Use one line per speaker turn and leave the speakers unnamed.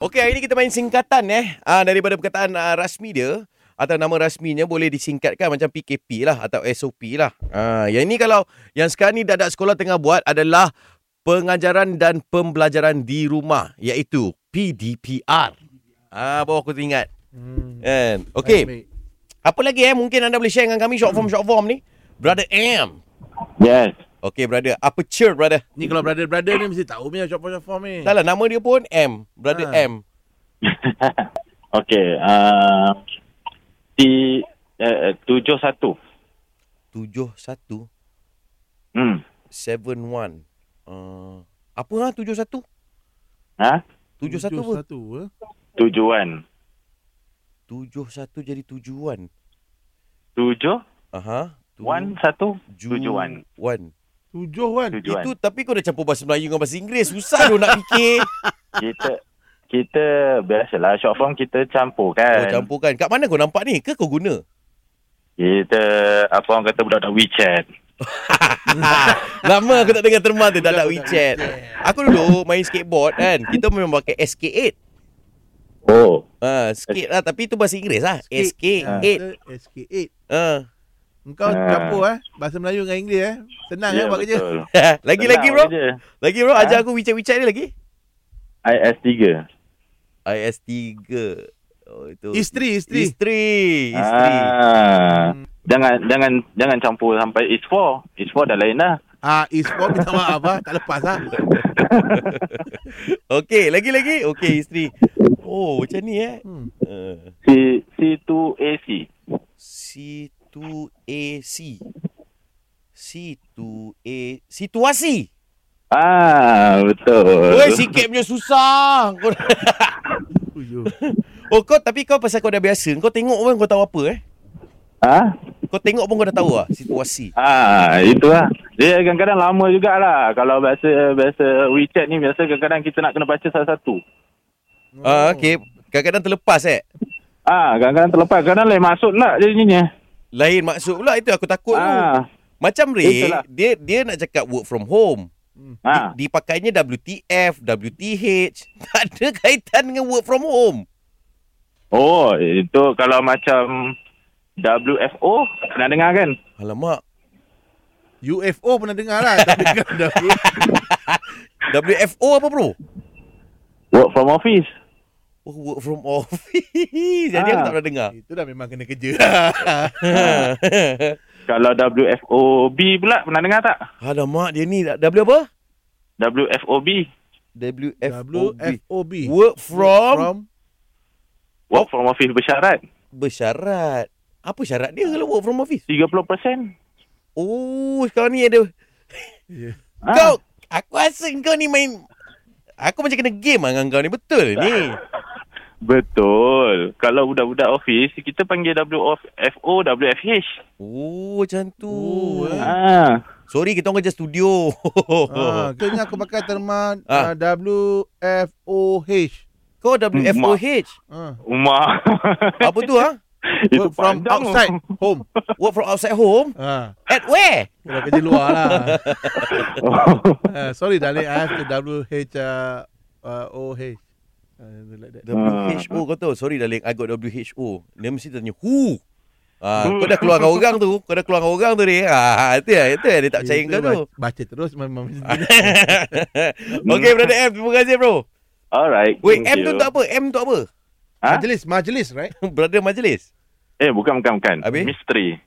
Okey, hari ni kita main singkatan eh. Ah daripada perkataan ah, rasmi dia atau nama rasminya boleh disingkatkan macam PKP lah atau SOP lah. Ah yang ini kalau yang sekarang ni dadak sekolah tengah buat adalah pengajaran dan pembelajaran di rumah iaitu PDPR. Ah baru aku teringat.
Hmm.
Kan? Okey.
Baik, baik.
Apa lagi eh mungkin anda boleh share dengan kami short form short form ni. Brother M.
Yes.
Okey brother, aperture brother.
Ni kalau brother-brother ni mesti tahu punya short form short form ni.
Tak lah nama dia pun M, brother
Ah.
M.
Okey. Uh, T uh, 71.
71
Hmm.
71. Uh, apa ah 71?
Ha?
71 apa?
Satu eh.
Tujuan.
71 jadi tujuan.
Tujuh.
Aha. Tu-
One satu.
ju-
Tujuan.
Wan.
Tujuh kan?
Tujuan.
Itu tapi kau dah campur bahasa Melayu dengan bahasa Inggeris. Susah tu nak fikir.
Kita kita biasalah short form kita campur
Kau
kan.
campurkan. Kat mana kau nampak ni? Ke kau guna?
Kita apa orang kata budak-budak WeChat.
Lama aku tak dengar terma tu. Ah. Dah nak
Budak-budak
WeChat.
WeChat.
Aku dulu main skateboard kan. Kita memang pakai SK8.
Oh.
Ha, skate lah. Tapi tu bahasa Inggeris lah. SK8.
Ah, SK8.
Ha.
Engkau
Ah.
campur eh. Bahasa Melayu dengan Inggeris eh. Senang yeah, eh buat kerja.
Ya, betul.
Lagi-lagi
Senang
bro.
kerja.
Ha. Lagi bro. Ajar
Ha?
aku WeChat-WeChat ni lagi.
IS3.
IS3. Oh, itu.
Isteri, isteri.
Isteri. Isteri.
Ah. Jangan jangan jangan campur sampai is 4. Is 4 dah lain dah.
Ah, Ispo minta maaf ah, tak lepas ah.
Okey, lagi-lagi. Okey, isteri. Oh, macam ni eh.
Hmm.
Uh,
C C2AC.
C2AC. C2A. Situasi.
Ah, betul.
Oi, sikit punya susah. Kau,
Tujuh.
oh, kau tapi kau pasal kau dah biasa. Kau tengok pun kau tahu apa eh.
Ah,
Kau tengok pun kau dah tahu lah situasi.
ah itulah. Dia kadang-kadang lama jugalah. Kalau biasa biasa WeChat ni biasa kadang-kadang kita nak kena baca satu-satu.
Oh.
Ah, okey. Kadang-kadang terlepas eh.
Ah, kadang-kadang terlepas. Kadang lain masuk lah jadinya.
Lain maksud pula itu aku takut tu.
Ah, lah.
Macam Ray,
Itulah.
dia dia nak cakap work from home.
ah.
Di, dipakainya WTF, WTH. Tak ada kaitan dengan work from home.
Oh, itu kalau macam WFO nak dengar kan?
Alamak.
UFO pernah dengar lah. Tapi kan dah.
WFO apa bro?
Work from office.
Oh, work from office. Jadi aku
Ah.
tak pernah dengar.
Itu dah memang kena kerja.
Kalau WFOB pula pernah dengar tak?
Alamak dia ni W apa?
WFOB,
WFOB.
WFOB.
Work from,
work from office bersyarat
bersyarat. Apa syarat dia kalau work from office?
30%.
Oh, sekarang ni ada
Yeah.
Ah.
Kau Aku rasa kau ni main Aku macam kena game lah dengan kau ni Betul ni
Betul. Kalau budak-budak office, kita panggil WFO, WFH.
Oh macam tu
Oh, eh.
Ah.
Sorry kita orang kerja studio
Oh.
Ah, kau ingat aku pakai terma
Ah.
ah. WFOH.
Kau WFOH
Ah.
Umar.
Apa tu ha?
Itu
Work from
panjang.
outside home.
Work from outside home
Ah,
At where?
kalau kerja luar lah. Ah, sorry darling, I have to WH uh, uh, OH. Uh, like
Ah.
that.
WHO kau tahu Sorry darling I got WHO Dia mesti tanya Who? Ah,
Hmm.
kau dah keluar dengan orang tu Kau dah keluar dengan orang tu ni ah, Itu ya, itu yang dia tak percaya
Itu
kau tu Ah.
ba- Baca terus memang
Okay brother M Terima kasih bro
Alright.
Wait
thank
M tu
you.
untuk apa? M tu apa?
Ha?
Majlis, majlis right?
brother majlis
Eh, bukan, bukan, bukan.
Habis?
Misteri.